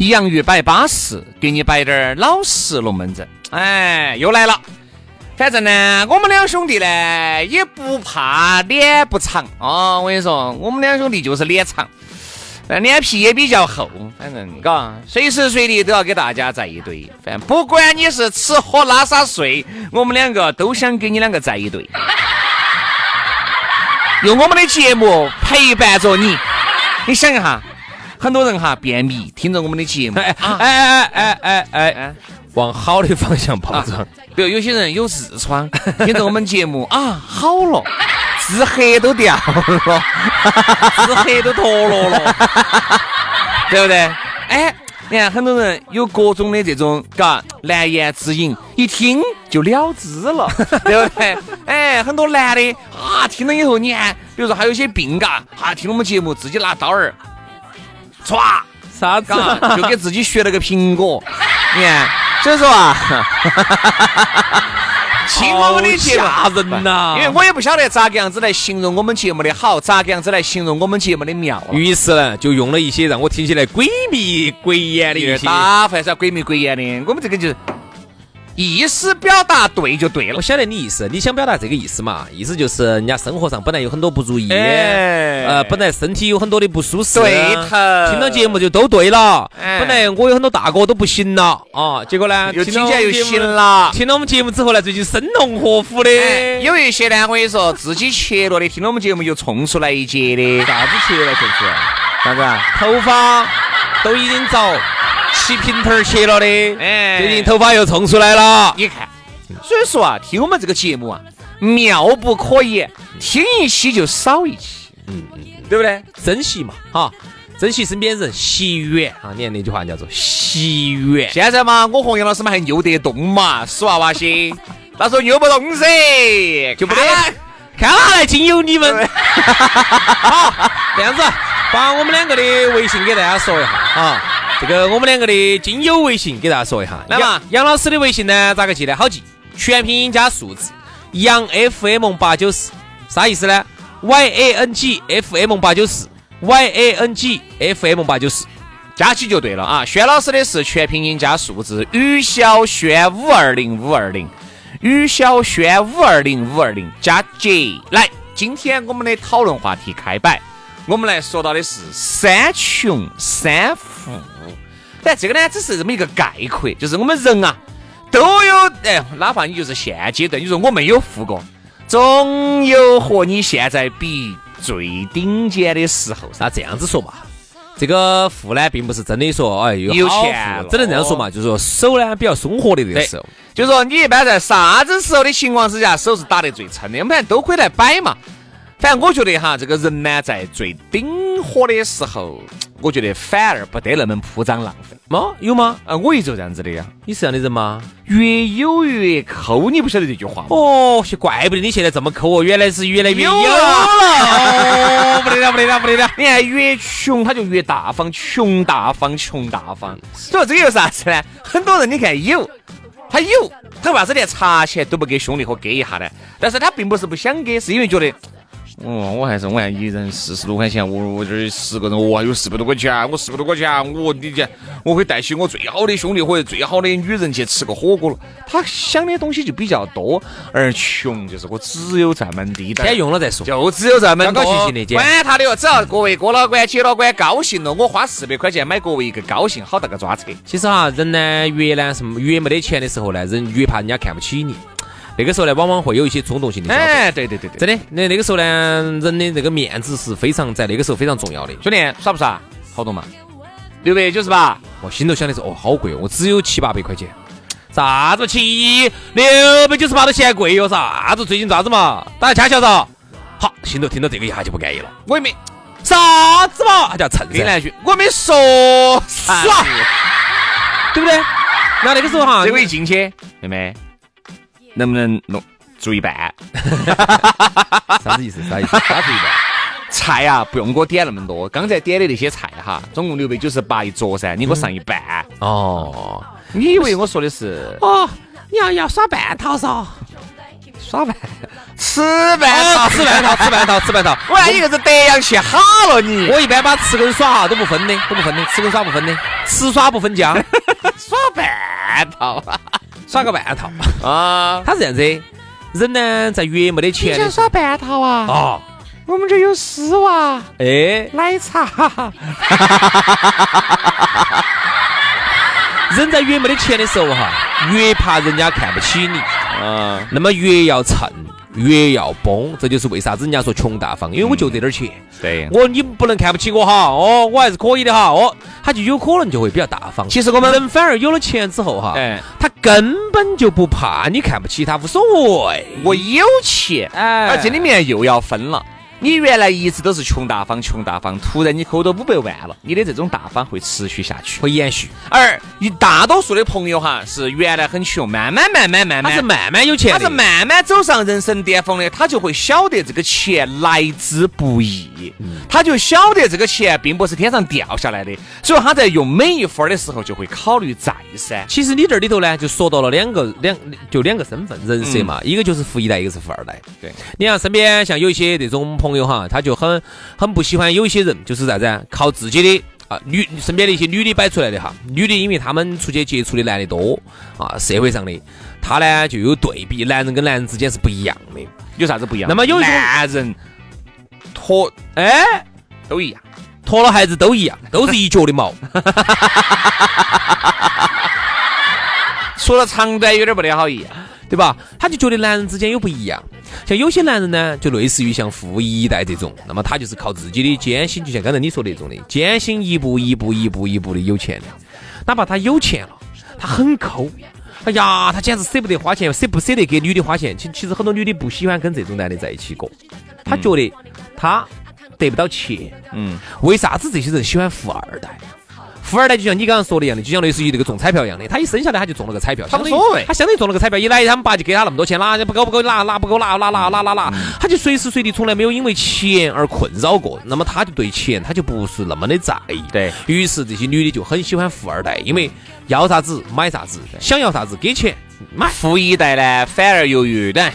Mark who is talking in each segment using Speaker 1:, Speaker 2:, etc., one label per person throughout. Speaker 1: 洋芋摆巴适，给你摆点儿老实龙门阵。哎，又来了。反正呢，我们两兄弟呢也不怕脸不长哦。我跟你说，我们两兄弟就是脸长，但脸皮也比较厚。反正嘎，随时随地都要给大家在一堆。反正不管你是吃喝拉撒睡，我们两个都想给你两个在一堆，用我们的节目陪伴着你。你想一下，很多人哈便秘，听着我们的节目，
Speaker 2: 哎
Speaker 1: 啊
Speaker 2: 哎哎哎哎哎，
Speaker 1: 哎
Speaker 2: 往好的方向跑
Speaker 1: 啊
Speaker 2: 着。
Speaker 1: 比如有些人有痔疮， 听着我们节目啊，好了，痔黑都掉了， 痔黑都脱落了， 对不对？哎，你看很多人有各种的这种嘎难言之隐，一听就了之了， 对不对？哎，很多男的啊，听了以后，你看，比如说还有一些病嘎，啊，听了我们节目自己拿刀儿，歘。
Speaker 2: 啥子？
Speaker 1: 嘎，就给自己削了个苹果。你看，所以 说啊，听我们的节目
Speaker 2: 好吓人呐
Speaker 1: 因为我也不晓得咋个样子来形容我们节目的好，咋个样子来形容我们节目的妙啊了。
Speaker 2: 于是呢，就用了一些让我听起来鬼迷鬼眼的一些。
Speaker 1: 打还是要鬼迷鬼眼的，我们这个就是意思表达对就对了哎
Speaker 2: 我。晓得你意思，你想表达这个意思嘛？意思就是人家生活上本来有很多不如意，
Speaker 1: 哎
Speaker 2: 呃，本来身体有很多的不舒适，啊
Speaker 1: 对头
Speaker 2: 听到节目就都对了。
Speaker 1: 哎
Speaker 2: 本来我有很多大哥都不行了啊，结果呢，
Speaker 1: 又
Speaker 2: 听到
Speaker 1: 听起来
Speaker 2: 我
Speaker 1: 又
Speaker 2: 们节目
Speaker 1: 行了
Speaker 2: 听到我们节目之后呢，最近生龙活虎的，
Speaker 1: 哎有一些呢，我跟你说，自己切了的，听了我们节目又冲出来一截 的，
Speaker 2: 啥子切了，就是
Speaker 1: 啥子啊？
Speaker 2: 头发都已经遭起平头儿切了的，
Speaker 1: 哎
Speaker 2: 最近头发又冲出来了。
Speaker 1: 你看，
Speaker 2: 嗯
Speaker 1: 所以说啊，听我们这个节目啊，妙不可言，听一期就少一期，
Speaker 2: 嗯
Speaker 1: 对不对？
Speaker 2: 珍惜嘛，哈，珍惜身边人，惜缘啊！你看那句话叫做惜缘。
Speaker 1: 现在嘛，我和杨老师嘛还扭得动嘛，死娃娃些，那时候扭不动噻，就不得。
Speaker 2: 看哪来经有你 们。好，这样子，把我们两个的微信给大家说一下啊。这个我们两个的金友微信给大家说一下。
Speaker 1: 来嘛
Speaker 2: 杨杨老师的微信呢，咋个记呢？好记，全拼音加数字，杨 FM 八九四，啥意思呢？Y A N G F M 八九四，Y A N G F M 八九四。
Speaker 1: 加起就对了啊！轩老师的是全拼音加数字，于小轩五二零五二零，于小轩五二零五二零加 J。来，今天我们的讨论话题开摆，我们来说到的是三穷三富。但这个呢，只是这么一个概括，就是我们人啊，都有哎，哪怕你就是现阶段，你说我没有富过，总有和你现在比最顶尖的时候噻。
Speaker 2: 那这样子说嘛，这个富呢，并不是真的说哎有好
Speaker 1: 有钱
Speaker 2: 富，
Speaker 1: 了
Speaker 2: 只能这样说嘛，就是说手呢比较松活的这个
Speaker 1: 对
Speaker 2: 时候。
Speaker 1: 就说你一般在啥子时候的情况之下，手是打得最撑的，我们反正都可以来摆嘛。反正我觉得哈，这个人呢，在最顶火的时候，我觉得反而不得那么铺张浪费。
Speaker 2: 吗？有吗？
Speaker 1: 啊，我一直这样子的呀，
Speaker 2: 你是这样的人吗？
Speaker 1: 越有越抠，你不晓得这句话吗？
Speaker 2: 哦，怪不得你现在这么抠哦，原来是越来越
Speaker 1: 有啊了
Speaker 2: 哦，不得了，不得了，不得了。
Speaker 1: 你看越穷他就越大方，穷大方，穷大方。所以这个有啥子呢？很多人你看有，他有，他为啥子连茶钱都不给兄弟伙给一下呢？但是他并不是不想给，是因为觉得哦，我还是我看一人四十多块钱，我我这儿十个人，哇，有四百多块钱，我四百多块钱，我你讲，我会带起我最好的兄弟或者最好的女人去吃个火锅了。他想的东西就比较多，而穷就是我只有这么地道，
Speaker 2: 先用了再说。
Speaker 1: 就只有这么
Speaker 2: 高高兴
Speaker 1: 多
Speaker 2: 兴地，姐
Speaker 1: 管他的哟，只要各位哥老倌、姐老倌高兴了，我花四百块钱买各位一个高兴，好大个抓扯。
Speaker 2: 其实哈，人呢越呢什么越没得钱的时候呢，人越怕人家看不起你。那个时候呢，往往会有一些冲动性的消费。
Speaker 1: 哎，对对对对，
Speaker 2: 真的，那那个时候呢，人的这个面子是非常在那个时候非常重要的。
Speaker 1: 兄弟耍不耍？好多嘛，六百九十八。
Speaker 2: 我心头想的是，哦，好贵，哦，我只有七八百块钱。啥子七六百九十八都嫌贵哟？啥子最近咋子嘛？大家掐晓得？好，心头听到这个一下就不安逸了。
Speaker 1: 我也没
Speaker 2: 啥子嘛？还叫蹭
Speaker 1: 给你
Speaker 2: 噻，
Speaker 1: 来一句，我没说啥
Speaker 2: 耍，对不对？那那个时候哈，
Speaker 1: 结果一进去，妹妹，能不能弄做一半？
Speaker 2: 啥子意思？啥意思？啥子意思？
Speaker 1: 菜啊，不用给我点那么多，刚才点的那些菜哈，总共六百九十八一桌噻，你给我上一半。
Speaker 2: 哦，
Speaker 1: 嗯你以为我说的是
Speaker 2: 哦，你要要耍半套嗦？
Speaker 1: 耍饭？吃饭
Speaker 2: 哎
Speaker 1: 啊，
Speaker 2: 吃半套，吃半套，吃半套。
Speaker 1: 我看你硬是德阳去哈了你，
Speaker 2: 我一般把吃跟耍哈都不分的，都不分的，吃跟耍不分的，吃耍不分家，
Speaker 1: 耍半套
Speaker 2: 耍个半套。
Speaker 1: 啊！
Speaker 2: 他是这样子，人呢在越没得钱的时候
Speaker 1: 半套啊？
Speaker 2: 啊，
Speaker 1: 我们这有丝袜、
Speaker 2: 哎，
Speaker 1: 奶茶。
Speaker 2: 人在越没得钱的时候哈，越怕人家看不起你，
Speaker 1: 嗯，
Speaker 2: 那么越要蹭，越要崩，这就是为啥子人家说穷大方，因为我就这点儿钱。
Speaker 1: 对。
Speaker 2: 我你不能看不起我哈，哦，我还是可以的哈，哦，他就有可能就会比较大方。
Speaker 1: 其实我们
Speaker 2: 人反而有了钱之后哈，
Speaker 1: 哎，
Speaker 2: 他根本就不怕你看不起他，无所谓。
Speaker 1: 我有钱，
Speaker 2: 哎
Speaker 1: 而这里面又要分了。你原来一直都是穷大方，穷大方，突然你抠到五百万了，你的这种大方会持续下去。
Speaker 2: 会延续，
Speaker 1: 而一大多数的朋友哈，是原来很穷，慢慢慢慢慢
Speaker 2: 他
Speaker 1: 慢，
Speaker 2: 是慢慢有钱
Speaker 1: 他
Speaker 2: 的，
Speaker 1: 是慢慢走上人生巅峰的，他就会晓得这个钱来之不易，
Speaker 2: 嗯
Speaker 1: 他就晓得这个钱并不是天上掉下来的，所以他在用每一分儿的时候就会考虑再三。
Speaker 2: 其实你这里头呢，就说到了两个两就两个身份人
Speaker 1: 嗯
Speaker 2: 设嘛，一个就是富一代，一个是富二代。
Speaker 1: 对，
Speaker 2: 你看身边像有一些这种朋友哈，他就很很不喜欢有一些人，就是啥子啊，靠自己的。啊，女身边的一些女的摆出来的哈，女的因为她们出去接触的男的多啊，社会上的，她呢就有对比，男人跟男人之间是不一样的。
Speaker 1: 有啥子不一样？
Speaker 2: 那么有一种
Speaker 1: 男人
Speaker 2: 脱哎，
Speaker 1: 都一样，
Speaker 2: 脱了孩子都一样，都是一脚的毛。
Speaker 1: 除了长短有点不得好一样。
Speaker 2: 对吧？他就觉得男人之间有不一样，像有些男人呢，就类似于像富一代这种，那么他就是靠自己的艰辛，就像刚才你说的那种的，艰辛一步一步一步一步的有钱的，哪怕他有钱了，他很抠。哎呀，他简直舍不得花钱，舍不舍得给女的花钱。其其实很多女的不喜欢跟这种男的在一起过，他觉得他得不到钱。
Speaker 1: 嗯，
Speaker 2: 为啥子这些人喜欢富二代？富二代就像你刚刚说的一样的，就像类似于这个中彩票一样的，他一生下来他就中了个彩票，
Speaker 1: 他无
Speaker 2: 相当于
Speaker 1: 所谓
Speaker 2: 他相当于中了个彩票，一来他们爸就给他那么多钱，拿不够不够拿，拿不够拿，拿拿拿拿拿，他就随时随地从来没有因为钱而困扰过，那么他就对钱他就不是那么的在意，
Speaker 1: 对
Speaker 2: 于是这些女的就很喜欢富二代，因为要啥子买啥子，想要啥子给钱买。
Speaker 1: 富一代呢，反而由于，但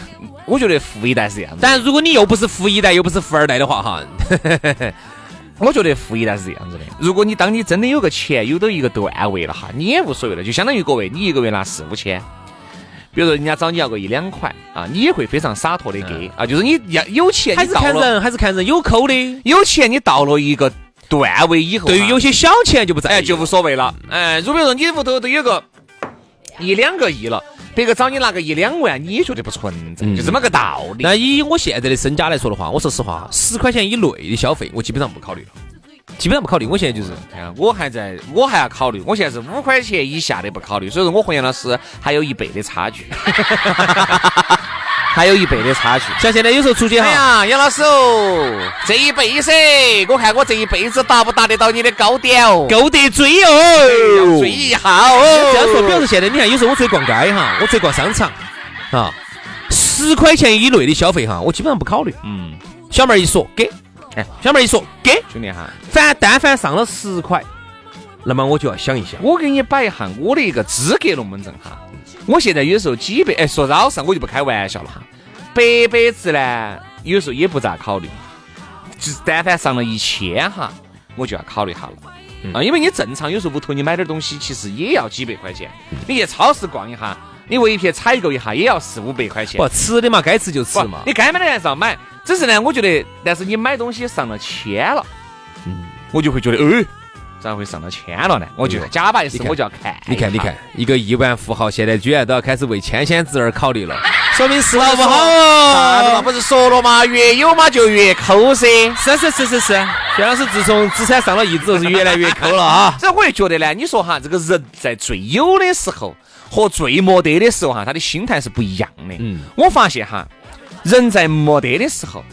Speaker 1: 我觉得富一代是这样子的。
Speaker 2: 但如果你又不是富一代，又不是富二代的话，哈，
Speaker 1: 我觉得富一代是这样子的，如果你当你真的有个钱，有到一个段位了哈，你也无所谓了，就相当于各位，你一个月拿四五千，比如说人家找你要个一两块啊，你也会非常洒脱的给、啊，就是你要有 钱，
Speaker 2: 嗯还
Speaker 1: 你
Speaker 2: 是
Speaker 1: 到
Speaker 2: 看
Speaker 1: 了
Speaker 2: 人，还是看人有抠的。
Speaker 1: 有钱你到了一个段位以后哈，啊
Speaker 2: 对于有些小钱就嗯不在意了，
Speaker 1: 哎就无所谓了，哎，如果说你屋头都有个一两个亿了，别个找你拿个一两万，你也觉得不存
Speaker 2: 嗯
Speaker 1: 在，就这么个道理。
Speaker 2: 那以我现在的身家来说的话，我说实话，十块钱以内的消费，我基本上不考虑了，基本上不考虑。我现在就是
Speaker 1: 哎呀我还在，我还要考虑，我现在是五块钱以下的不考虑，所以说我和杨老师还有一倍的差距， 还有一倍的差距。
Speaker 2: 像现在有时候出去
Speaker 1: 哎
Speaker 2: 哈，
Speaker 1: 呀，杨老师哦，这一辈子，我看我这一辈子达不达得到你的高点哦，
Speaker 2: 够得追
Speaker 1: 要
Speaker 2: 哦
Speaker 1: 追。一下哦。
Speaker 2: 这样说，比如说现在你看，有时候我出去逛街哈，我出去逛商场啊，十块钱以内的消费哈，我基本上不考虑。
Speaker 1: 嗯，
Speaker 2: 小妹儿一说给，
Speaker 1: 哎
Speaker 2: 小妹儿一说给，
Speaker 1: 兄弟哈，
Speaker 2: 反但凡上了十块，那么我就要想一想，
Speaker 1: 我给你摆一下我的一个资格龙门阵哈。我现在有时候几百，哎，说老实，我就不开玩笑了哈。百百值呢，有时候也不咋考虑，就是但凡上了一千哈，我就要考虑一下了。啊，因为你正常有时候屋头你买点东西，其实也要几百块钱。你去超市逛一下，你为一天采购一下也要四五百块钱。
Speaker 2: 不吃的嘛，该吃就吃
Speaker 1: 不
Speaker 2: 嘛，。
Speaker 1: 你该买的还是要买。只是呢，我觉得，但是你买东西上了千了，
Speaker 2: 嗯
Speaker 1: 我就会觉得，哎，咋会上了千了呢？我就假把一思
Speaker 2: 哎你，看
Speaker 1: 我就要看。
Speaker 2: 你看，你看，，一个亿万富豪现在居然都要开始为千千之而考虑了，说明是好不好
Speaker 1: 大
Speaker 2: 哦
Speaker 1: 哥？不是说了吗？越有嘛就越抠噻。
Speaker 2: 是是是是是，薛老师自从资产上了亿之后是越来越抠了啊！
Speaker 1: 所以我就觉得呢，你说哈，这个人在最有的时候和最没得的时候哈，他的心态是不一样的。
Speaker 2: 嗯，
Speaker 1: 我发现哈，人在没得的时候，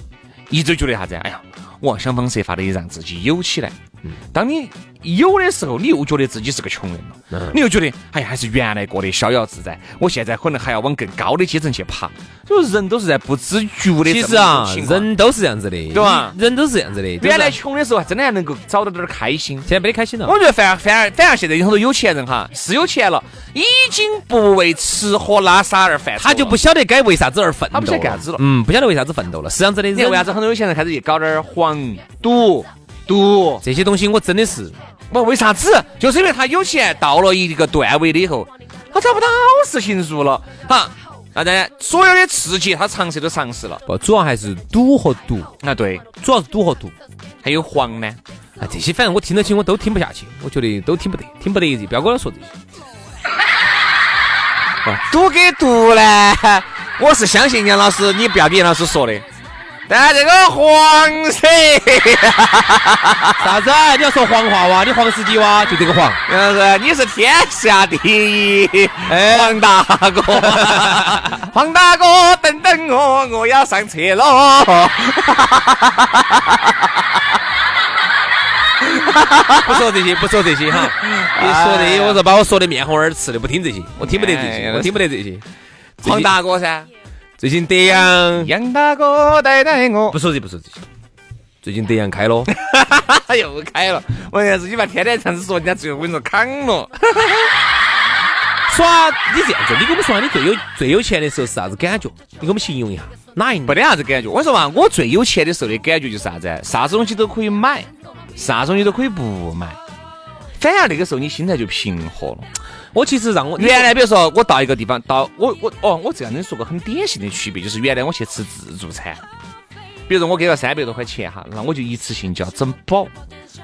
Speaker 1: 一直觉得啥子？哎呀，我要想方设法的让自己有起来。
Speaker 2: 嗯
Speaker 1: 当你有的时候，你又觉得自己是个穷人了，
Speaker 2: 嗯
Speaker 1: 你又觉得哎呀，还是原来过得逍遥自在，我现在可能还要往更高的阶层去爬。所以人都是在不知觉的
Speaker 2: 其
Speaker 1: 这
Speaker 2: 实
Speaker 1: 么
Speaker 2: 啊
Speaker 1: 一种情，况
Speaker 2: 人都是这样子的，
Speaker 1: 对吧
Speaker 2: 人都是这样子的，
Speaker 1: 原来哦
Speaker 2: 现
Speaker 1: 穷的时候，还真的还能够找到点儿开心。
Speaker 2: 在没得开心了。
Speaker 1: 我觉得反而反而反而现在有很多有钱人哈，是有钱了，已经不为吃喝拉撒而犯愁了，
Speaker 2: 他就不晓得该为啥子而奋斗，
Speaker 1: 他不晓得干啥子了
Speaker 2: 嗯，不晓得为啥子奋斗了，是这样子的人。
Speaker 1: 你看为啥子很多有钱人开始去搞点儿黄赌赌？
Speaker 2: 这些东西我真的是
Speaker 1: 不，为啥子？就是因为他有钱到了一个段位了以后，他找不到事情做了，哈。那当然，所有的刺激他尝试都尝试了。
Speaker 2: 不，主要还是赌和赌，
Speaker 1: 啊，对，
Speaker 2: 主要是赌和赌。
Speaker 1: 还有黄呢，
Speaker 2: 啊，这些反正我听得起，我都听不下去，我觉得都听不得，听不得不要跟我说这些。啊
Speaker 1: 赌给毒呢，我是相信杨老师，你不要给杨老师说的。但这个黄色，
Speaker 2: 啥子？你要说黄话哇？你黄司机哇？就这个 黄。
Speaker 1: 杨老师你是天下第一，黄大哥，哎 黄大哥，等等我，我要上车 了。
Speaker 2: 不说这些，不说这 些哈。
Speaker 1: 哎
Speaker 2: 你说这些，我说把我说的面红耳赤的，不听这些，我听不得这
Speaker 1: 哎
Speaker 2: 些，
Speaker 1: 呀
Speaker 2: 我听不得这些。
Speaker 1: 黄大哥噻，
Speaker 2: 最近德阳
Speaker 1: 杨大哥带带我
Speaker 2: 不，说这不说这些，最近德阳开了，
Speaker 1: 他又哎开了。我要是你把天天这样子说，人家最后我跟你说扛了。
Speaker 2: 耍你这样子，你给我们说下你最有最有钱的时候是啥子感觉？你给我们形容一下，哪一年
Speaker 1: 没？得啥子感觉。我说嘛，我最有钱的时候的感觉就是啥子？啥子东西都可以买，啥东西都可以不买。反而那个时候你心态就平和了。
Speaker 2: 我其实让我
Speaker 1: 原来比如说我到一个地方，到我我哦，我这样跟你说个很典型的区别，就是原来我去吃自助餐，比如说我给了三百多块钱哈，那我就一次性就要整饱，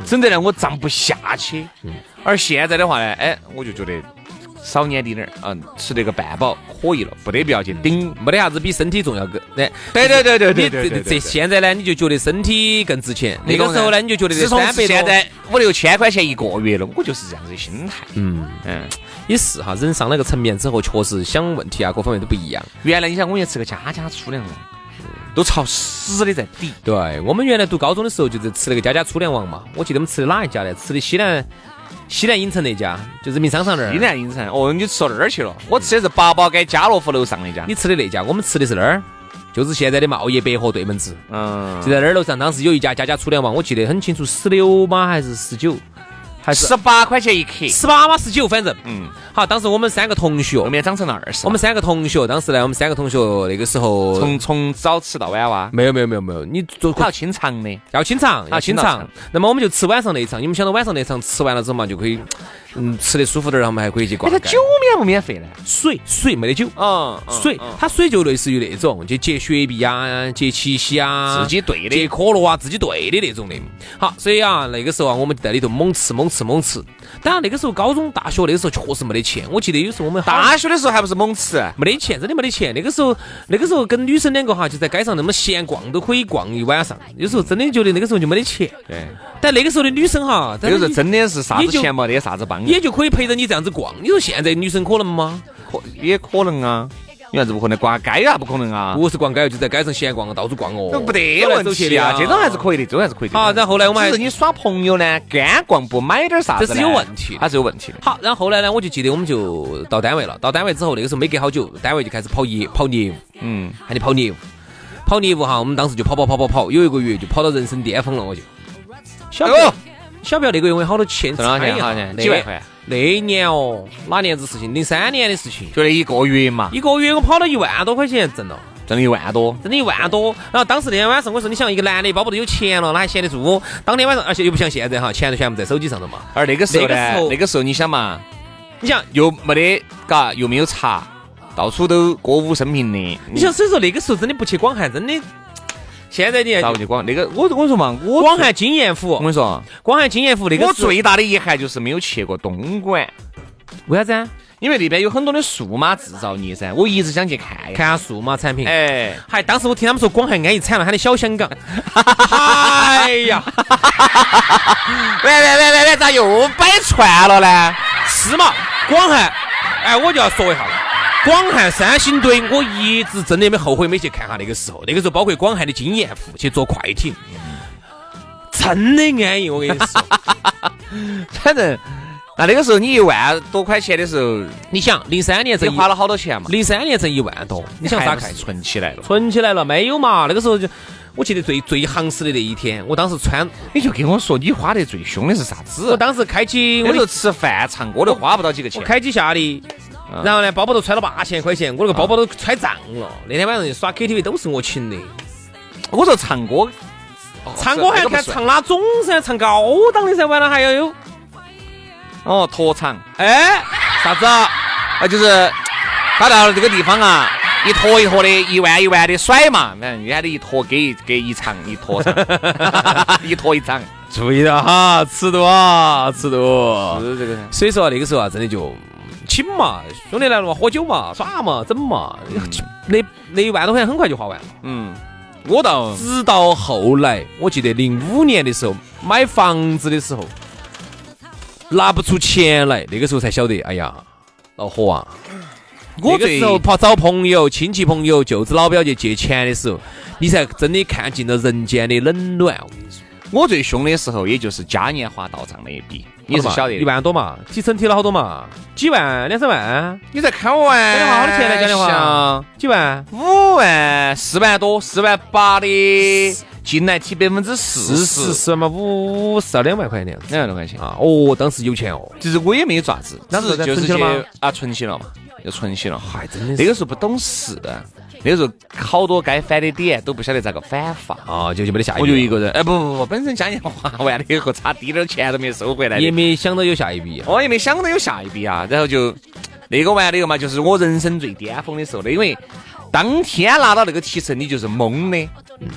Speaker 1: 整得呢我胀不下去。
Speaker 2: 嗯
Speaker 1: 而现在的话呢，哎，我就觉得少年滴点儿，嗯，吃那个半饱可以了，不得必要去顶。
Speaker 2: 没得啥子比身体重要更。那
Speaker 1: 对对对对对
Speaker 2: 你
Speaker 1: 对
Speaker 2: 这
Speaker 1: 对
Speaker 2: 这
Speaker 1: 对。
Speaker 2: 现在呢，你就觉得身体更值钱。那个时候呢，你就觉得这
Speaker 1: 自从
Speaker 2: 三百
Speaker 1: 现
Speaker 2: 多，
Speaker 1: 在五六千块钱一个月了，我就是这样子的心态。
Speaker 2: 嗯，
Speaker 1: 嗯，
Speaker 2: 也是哈，人上了个层面之后，确实想问题啊，各方面都不一样。
Speaker 1: 原来你想我也吃个家家粗粮了，都朝死的在抵。
Speaker 2: 对我们原来读高中的时候，就是吃那个家家粗粮王嘛。我记得我们吃的哪一家呢？吃的西南西南影城那家，就人民商场那儿。
Speaker 1: 西南影城，哦，你吃到那儿去了？我吃的是八宝街家乐福楼上那家。
Speaker 2: 你吃的那家，我们吃的是那儿，就是现在的茂业百货对门子，
Speaker 1: 嗯，
Speaker 2: 就在那儿楼上。当时有一家家家粗粮王，我记得很清楚，十六吗？还是十九？还是
Speaker 1: 十八块钱一克，
Speaker 2: 十八吗？十九，反正
Speaker 1: 嗯，
Speaker 2: 好。当时我们三个同学
Speaker 1: 后，面涨成了二十。
Speaker 2: 我们三个同学，当时呢，我们三个同学那个时候
Speaker 1: 从从早吃到晚哇，
Speaker 2: 没有没有没有没有，你做
Speaker 1: 它要清肠的。
Speaker 2: 要清肠，要
Speaker 1: 要
Speaker 2: 清
Speaker 1: 清
Speaker 2: 肠
Speaker 1: 肠。
Speaker 2: 那么我们就吃晚上那一场，你们晓得晚上那一场吃完了之后嘛，就可以，嗯，吃得舒服点儿，然后我们还可以去
Speaker 1: 那
Speaker 2: 逛
Speaker 1: 个
Speaker 2: 街
Speaker 1: 酒。免不免费呢？
Speaker 2: 水水没得酒，
Speaker 1: 嗯，
Speaker 2: 水它水就类似于那种，就解雪碧啊，解七喜啊，
Speaker 1: 自己兑
Speaker 2: 解
Speaker 1: 的。
Speaker 2: 可乐啊，自己兑的那种的。好，所以啊，那个时候啊，我们就在里头猛吃猛吃猛吃。当然那个时候高中、大学那个时候确实没得钱，我记得有时候我们好
Speaker 1: 大学的时候还不是猛吃？啊
Speaker 2: 没得钱，真的没得钱。那个时候，那个时候跟女生两个哈，就在街上那么闲逛，都可以逛一晚上。有时候真的觉得那个时候就没得钱，
Speaker 1: 对，
Speaker 2: 但那个时候的女生哈，
Speaker 1: 有时候真的是啥
Speaker 2: 也
Speaker 1: 子
Speaker 2: 就
Speaker 1: 钱没得，啥子帮
Speaker 2: 也就可以陪着你这样子逛。你说现在女生可能吗？
Speaker 1: 可也可能啊，有啥子不可能？逛街啊，不可能啊，
Speaker 2: 不是逛街，就在街上闲逛，到处逛哦
Speaker 1: 这，不得
Speaker 2: 走来
Speaker 1: 问
Speaker 2: 走去
Speaker 1: 题
Speaker 2: 的
Speaker 1: 啊，这种还是可以的，这种还是可以的。
Speaker 2: 好然后后来我们还
Speaker 1: 只是你耍朋友呢，干逛不买点啥子呢，
Speaker 2: 这是有问题的
Speaker 1: 它是有问题的。
Speaker 2: 好，然后后来呢，我就记得我们就到单位了。到单位之后，那个时候没隔好久，单位就开始跑业跑业务，
Speaker 1: 嗯，
Speaker 2: 喊你跑业务，跑业务哈，我们当时就跑跑跑跑跑，有一个月就跑到人生巅峰了，我就。晓不
Speaker 1: 哎
Speaker 2: 晓
Speaker 1: 呦
Speaker 2: 得？晓不晓得那个月我有好多钱？哎
Speaker 1: 挣多少钱
Speaker 2: 猜一下
Speaker 1: 好像
Speaker 2: 那
Speaker 1: 几万块
Speaker 2: 那一年哦，哪年子事情？零三年的事情，
Speaker 1: 就那一个月嘛，
Speaker 2: 一个月我跑了一万多块钱挣了。
Speaker 1: 挣了一万多，
Speaker 2: 挣了一万多。然后当时那天晚上，我说你想一个男的包包都有钱了，哪还闲得住？当天晚上，而且又不像现在哈，钱都全部在手机上头嘛。
Speaker 1: 而那个时候
Speaker 2: 那个
Speaker 1: 呢，
Speaker 2: 时候
Speaker 1: 那个时候你想嘛，
Speaker 2: 你想，
Speaker 1: 又没得嘎，又没有茶，到处都歌舞升平的。
Speaker 2: 你想，所以说那个时候真的不去广汉，真的。现在你看
Speaker 1: 咋不去广那个？我我跟你说嘛，我
Speaker 2: 广汉金燕
Speaker 1: 我
Speaker 2: 府
Speaker 1: 跟，你说，
Speaker 2: 广汉金燕府那个
Speaker 1: 我
Speaker 2: 时候
Speaker 1: 最大的遗憾就是没有去过东莞，
Speaker 2: 为啥子啊？
Speaker 1: 因为那边有很多的数码制造业噻，我一直想去看一看。
Speaker 2: 看下数码产品。
Speaker 1: 哎，
Speaker 2: 还当时我听他们说广汉安逸惨了，喊的小香 港。哎呀，
Speaker 1: 喂喂喂喂喂，咋又摆串了呢？
Speaker 2: 是嘛？广汉，哎，我就要说一下了。广汉三星堆，我一直真的没后悔没去看哈。那个时候，那个时候包括广汉的金燕府去坐快艇，真的安逸。我跟你说，
Speaker 1: 反正那那个时候你一万多块钱的时候，
Speaker 2: 你想零三年
Speaker 1: 你
Speaker 2: 挣
Speaker 1: 花了好多钱嘛？
Speaker 2: 零三年挣一万多，你想咋
Speaker 1: 还
Speaker 2: 看
Speaker 1: 不？是存起来了？
Speaker 2: 存起来了没有嘛？那个时候就，我记得最最行市的那一天，我当时穿，
Speaker 1: 你就跟我说你花得最凶的是啥子？
Speaker 2: 我当时开启
Speaker 1: 我
Speaker 2: 我
Speaker 1: 就
Speaker 2: 的
Speaker 1: 吃饭唱歌都花不到几
Speaker 2: 我
Speaker 1: 个哎钱。
Speaker 2: 开启下的，然后呢，包包都揣了八千块钱，我那个包包都揣胀了。那天晚上耍 KTV 都是我请的，
Speaker 1: 我说唱歌，哦
Speaker 2: 唱歌还要看。
Speaker 1: 这个不算
Speaker 2: 唱哪种噻，唱高档的噻，完了还要有
Speaker 1: 哦，拖唱，
Speaker 2: 哎啥子啊？
Speaker 1: 啊，就是他到了这个地方啊，一坨一坨的，一万一万的甩嘛，反正人家的一坨给一给一场一坨 唱，一坨一场，
Speaker 2: 注意了哈，尺度啊，尺度。
Speaker 1: 是这个噻。
Speaker 2: 所以说啊那个时候啊，真的就请嘛，兄弟来了嘛，喝酒嘛，耍嘛，整嘛，那那一万多块钱很快就花完了。
Speaker 1: 嗯，我到
Speaker 2: 直到后来，我记得零五年的时候买房子的时候，拿不出钱来，那个时候才晓得，哎呀，老火啊！
Speaker 1: 我
Speaker 2: 那个
Speaker 1: 最
Speaker 2: 时候跑找朋友、亲戚朋友、舅子老表去借钱的时候，你才真的看尽了人间的冷暖。
Speaker 1: 我最凶的时候，也就是嘉年华到账那一笔，你是晓得
Speaker 2: 一
Speaker 1: 的。啊
Speaker 2: 万多嘛，提成提了好多嘛，几万、两三万，
Speaker 1: 你在开玩
Speaker 2: 嘉
Speaker 1: 哎
Speaker 2: 年华好多钱呢，嘉年华
Speaker 1: 笑
Speaker 2: 几万。
Speaker 1: 五万、四万多、四万八的进来提百分之
Speaker 2: 四
Speaker 1: 四十
Speaker 2: 十，四万嘛，五五十二两万块钱那样子
Speaker 1: 两万多块钱。
Speaker 2: 啊！哦，当时有钱哦，
Speaker 1: 其实我也没有咋子，
Speaker 2: 那
Speaker 1: 只
Speaker 2: 时候
Speaker 1: 是就是
Speaker 2: 存起了吗
Speaker 1: 去啊，存起了嘛，就存起了。
Speaker 2: 还哎真的
Speaker 1: 那
Speaker 2: 是
Speaker 1: 个时候不懂事，那个时候好多该翻的点都不晓得咋个翻法。
Speaker 2: 啊，就就没得下一
Speaker 1: 我就
Speaker 2: 个
Speaker 1: 一个人，哎，不不不，本身嘉年华 完了以后，差滴点儿钱都没收回来的
Speaker 2: 也没想到有下一笔、
Speaker 1: 哦我也没想到有下一笔啊，然后就那个完了以后嘛，就是我人生最巅峰的时候了，因为当天拿到那个提成，你就是懵的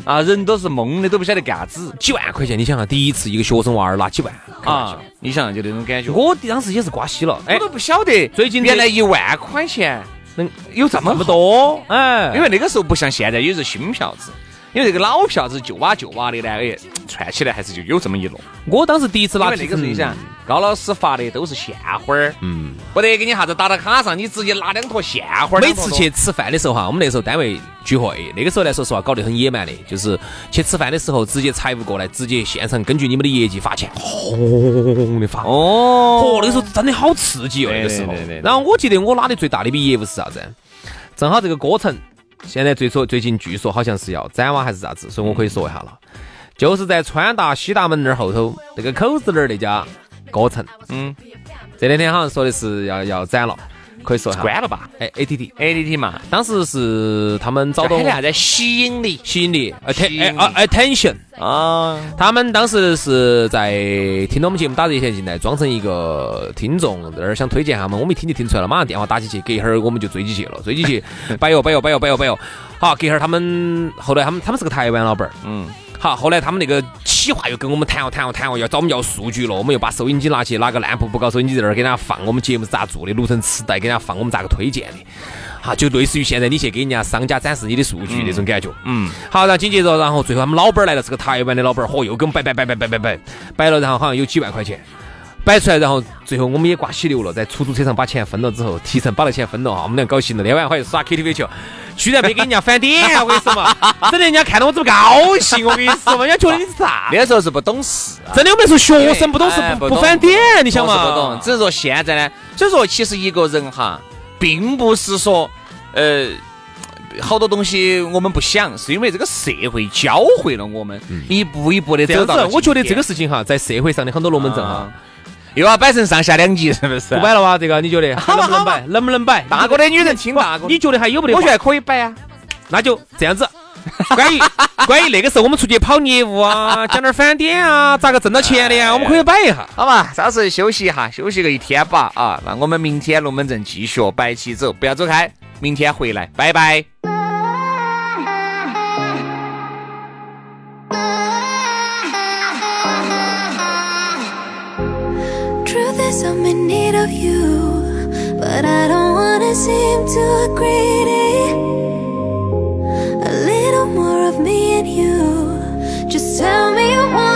Speaker 1: 啊，人都是懵的，都不晓得干啥子
Speaker 2: 几万块钱，你想想，第一次一个学生娃儿拿几万
Speaker 1: 啊，你想就那种感觉，我
Speaker 2: 我当时也是瓜稀了，哎
Speaker 1: 我，都不晓得，
Speaker 2: 最近这
Speaker 1: 原来一万块钱
Speaker 2: 能
Speaker 1: 有这么
Speaker 2: 差不
Speaker 1: 多，
Speaker 2: 多，哎，
Speaker 1: 因为那个时候不像现在，也是新票子。因为这个老票子旧瓦旧瓦的呢，哎，串起来还是就有这么一摞。
Speaker 2: 我当时第一次
Speaker 1: 因
Speaker 2: 拿
Speaker 1: 为那个时候你想
Speaker 2: 嗯，
Speaker 1: 高老师发的都是现花儿，嗯，不得给你啥子打到卡上，你直接拿两坨现花儿。
Speaker 2: 每
Speaker 1: 两坨
Speaker 2: 次
Speaker 1: 多
Speaker 2: 去吃饭的时候哈，我们那时候单位聚会，那个时候来说实话搞得很野蛮的，就是去吃饭的时候直接财务过来，直接现场根据你们的业绩发钱，轰的发。哦，
Speaker 1: 哦
Speaker 2: 那个时候真的好刺激哦，
Speaker 1: 对
Speaker 2: 那个时候
Speaker 1: 对对对对。
Speaker 2: 然后我记得我拿的最大的一笔业务是啥子？正好这个歌城现在最说最近据说好像是要展哇还是啥子，所以我可以说一下了，
Speaker 1: 嗯
Speaker 2: 就是在川大西大门那儿后头那个口子那儿那家歌城，
Speaker 1: 嗯，
Speaker 2: 这两天好像说的是要要展了，可以说一下。
Speaker 1: 关了吧
Speaker 2: 哎，ATT，
Speaker 1: ，ADT 嘛，
Speaker 2: 当时是他们找到
Speaker 1: 找到
Speaker 2: 我
Speaker 1: 啥子吸引力
Speaker 2: 吸引力
Speaker 1: 吸引力
Speaker 2: ，atten 哎 attention，
Speaker 1: 啊？
Speaker 2: 他们当时是在听到我们节目打热线进来，装成一个听众在那儿想推荐他们，我们一听就听出来了，马上电话打起去，隔一会儿我们就追起去了，追起去，摆哟摆哟摆哟摆哟摆哟，好，隔一会儿他们后来他们他们是个台湾老板儿，
Speaker 1: 嗯，
Speaker 2: 好，后来他们那个企划又跟我们谈哦谈哦谈哦，要找我们要数据了，我们又把收音机拿去，拿个烂布布搞收音机在那儿给大家放我们节目是咋做的，录成磁带给大家放我们咋个推荐的，好，就类似于现在你去给人家商家展示你的数据那种感觉，
Speaker 1: 嗯，
Speaker 2: 好，然后紧接着，然后最后他们老板儿来了，是个台湾的老板儿，嚯，又跟我们摆摆摆摆摆摆摆摆了，然后好像有几万块钱摆出来，然后最后我们也挂稀流了，在出租车上把钱分了之后，提成把那钱分了哈，我们俩高兴了，那晚上好像耍 KTV 去了，居然没给人家翻点，我跟你说嘛，整得人家看到我这么高兴， 我跟你说嘛，人家觉得你是啥？
Speaker 1: 那时候是不懂事啊。
Speaker 2: 啊真的，我们说学哦生不懂事
Speaker 1: 哎
Speaker 2: 不
Speaker 1: 不
Speaker 2: 不翻
Speaker 1: 懂
Speaker 2: 点，你想嘛？
Speaker 1: 不懂，只是说现在呢，所以说其实一个人哈，并不是说呃。好多东西我们不想，是因为这个社会教会了我们一步一步的
Speaker 2: 嗯这
Speaker 1: 走
Speaker 2: 样
Speaker 1: 到了
Speaker 2: 子，我觉得
Speaker 1: 今
Speaker 2: 这
Speaker 1: 天
Speaker 2: 个事情哈，在社会上的很多龙门阵哈
Speaker 1: 啊，又要摆成上下两级，是不是
Speaker 2: 不？摆了哇，这个你觉得能不能摆？能不能摆？
Speaker 1: 大哥的女人听大哥
Speaker 2: 不，你觉得还有没得话？
Speaker 1: 我觉得可以摆啊。
Speaker 2: 那就这样子。 关于关于那个时候我们出去跑业务啊，讲点返点啊，咋个挣到钱的呀？我们可以摆一下。
Speaker 1: 好吧，稍事休息一下，休息个一天吧啊！那我们明天龙门阵继续摆起走，不要走开，明天回来，拜拜。
Speaker 3: Truth is, I'm in need of you, but I don't wanna seem too greedy. A little more of me and you. Just tell me you want.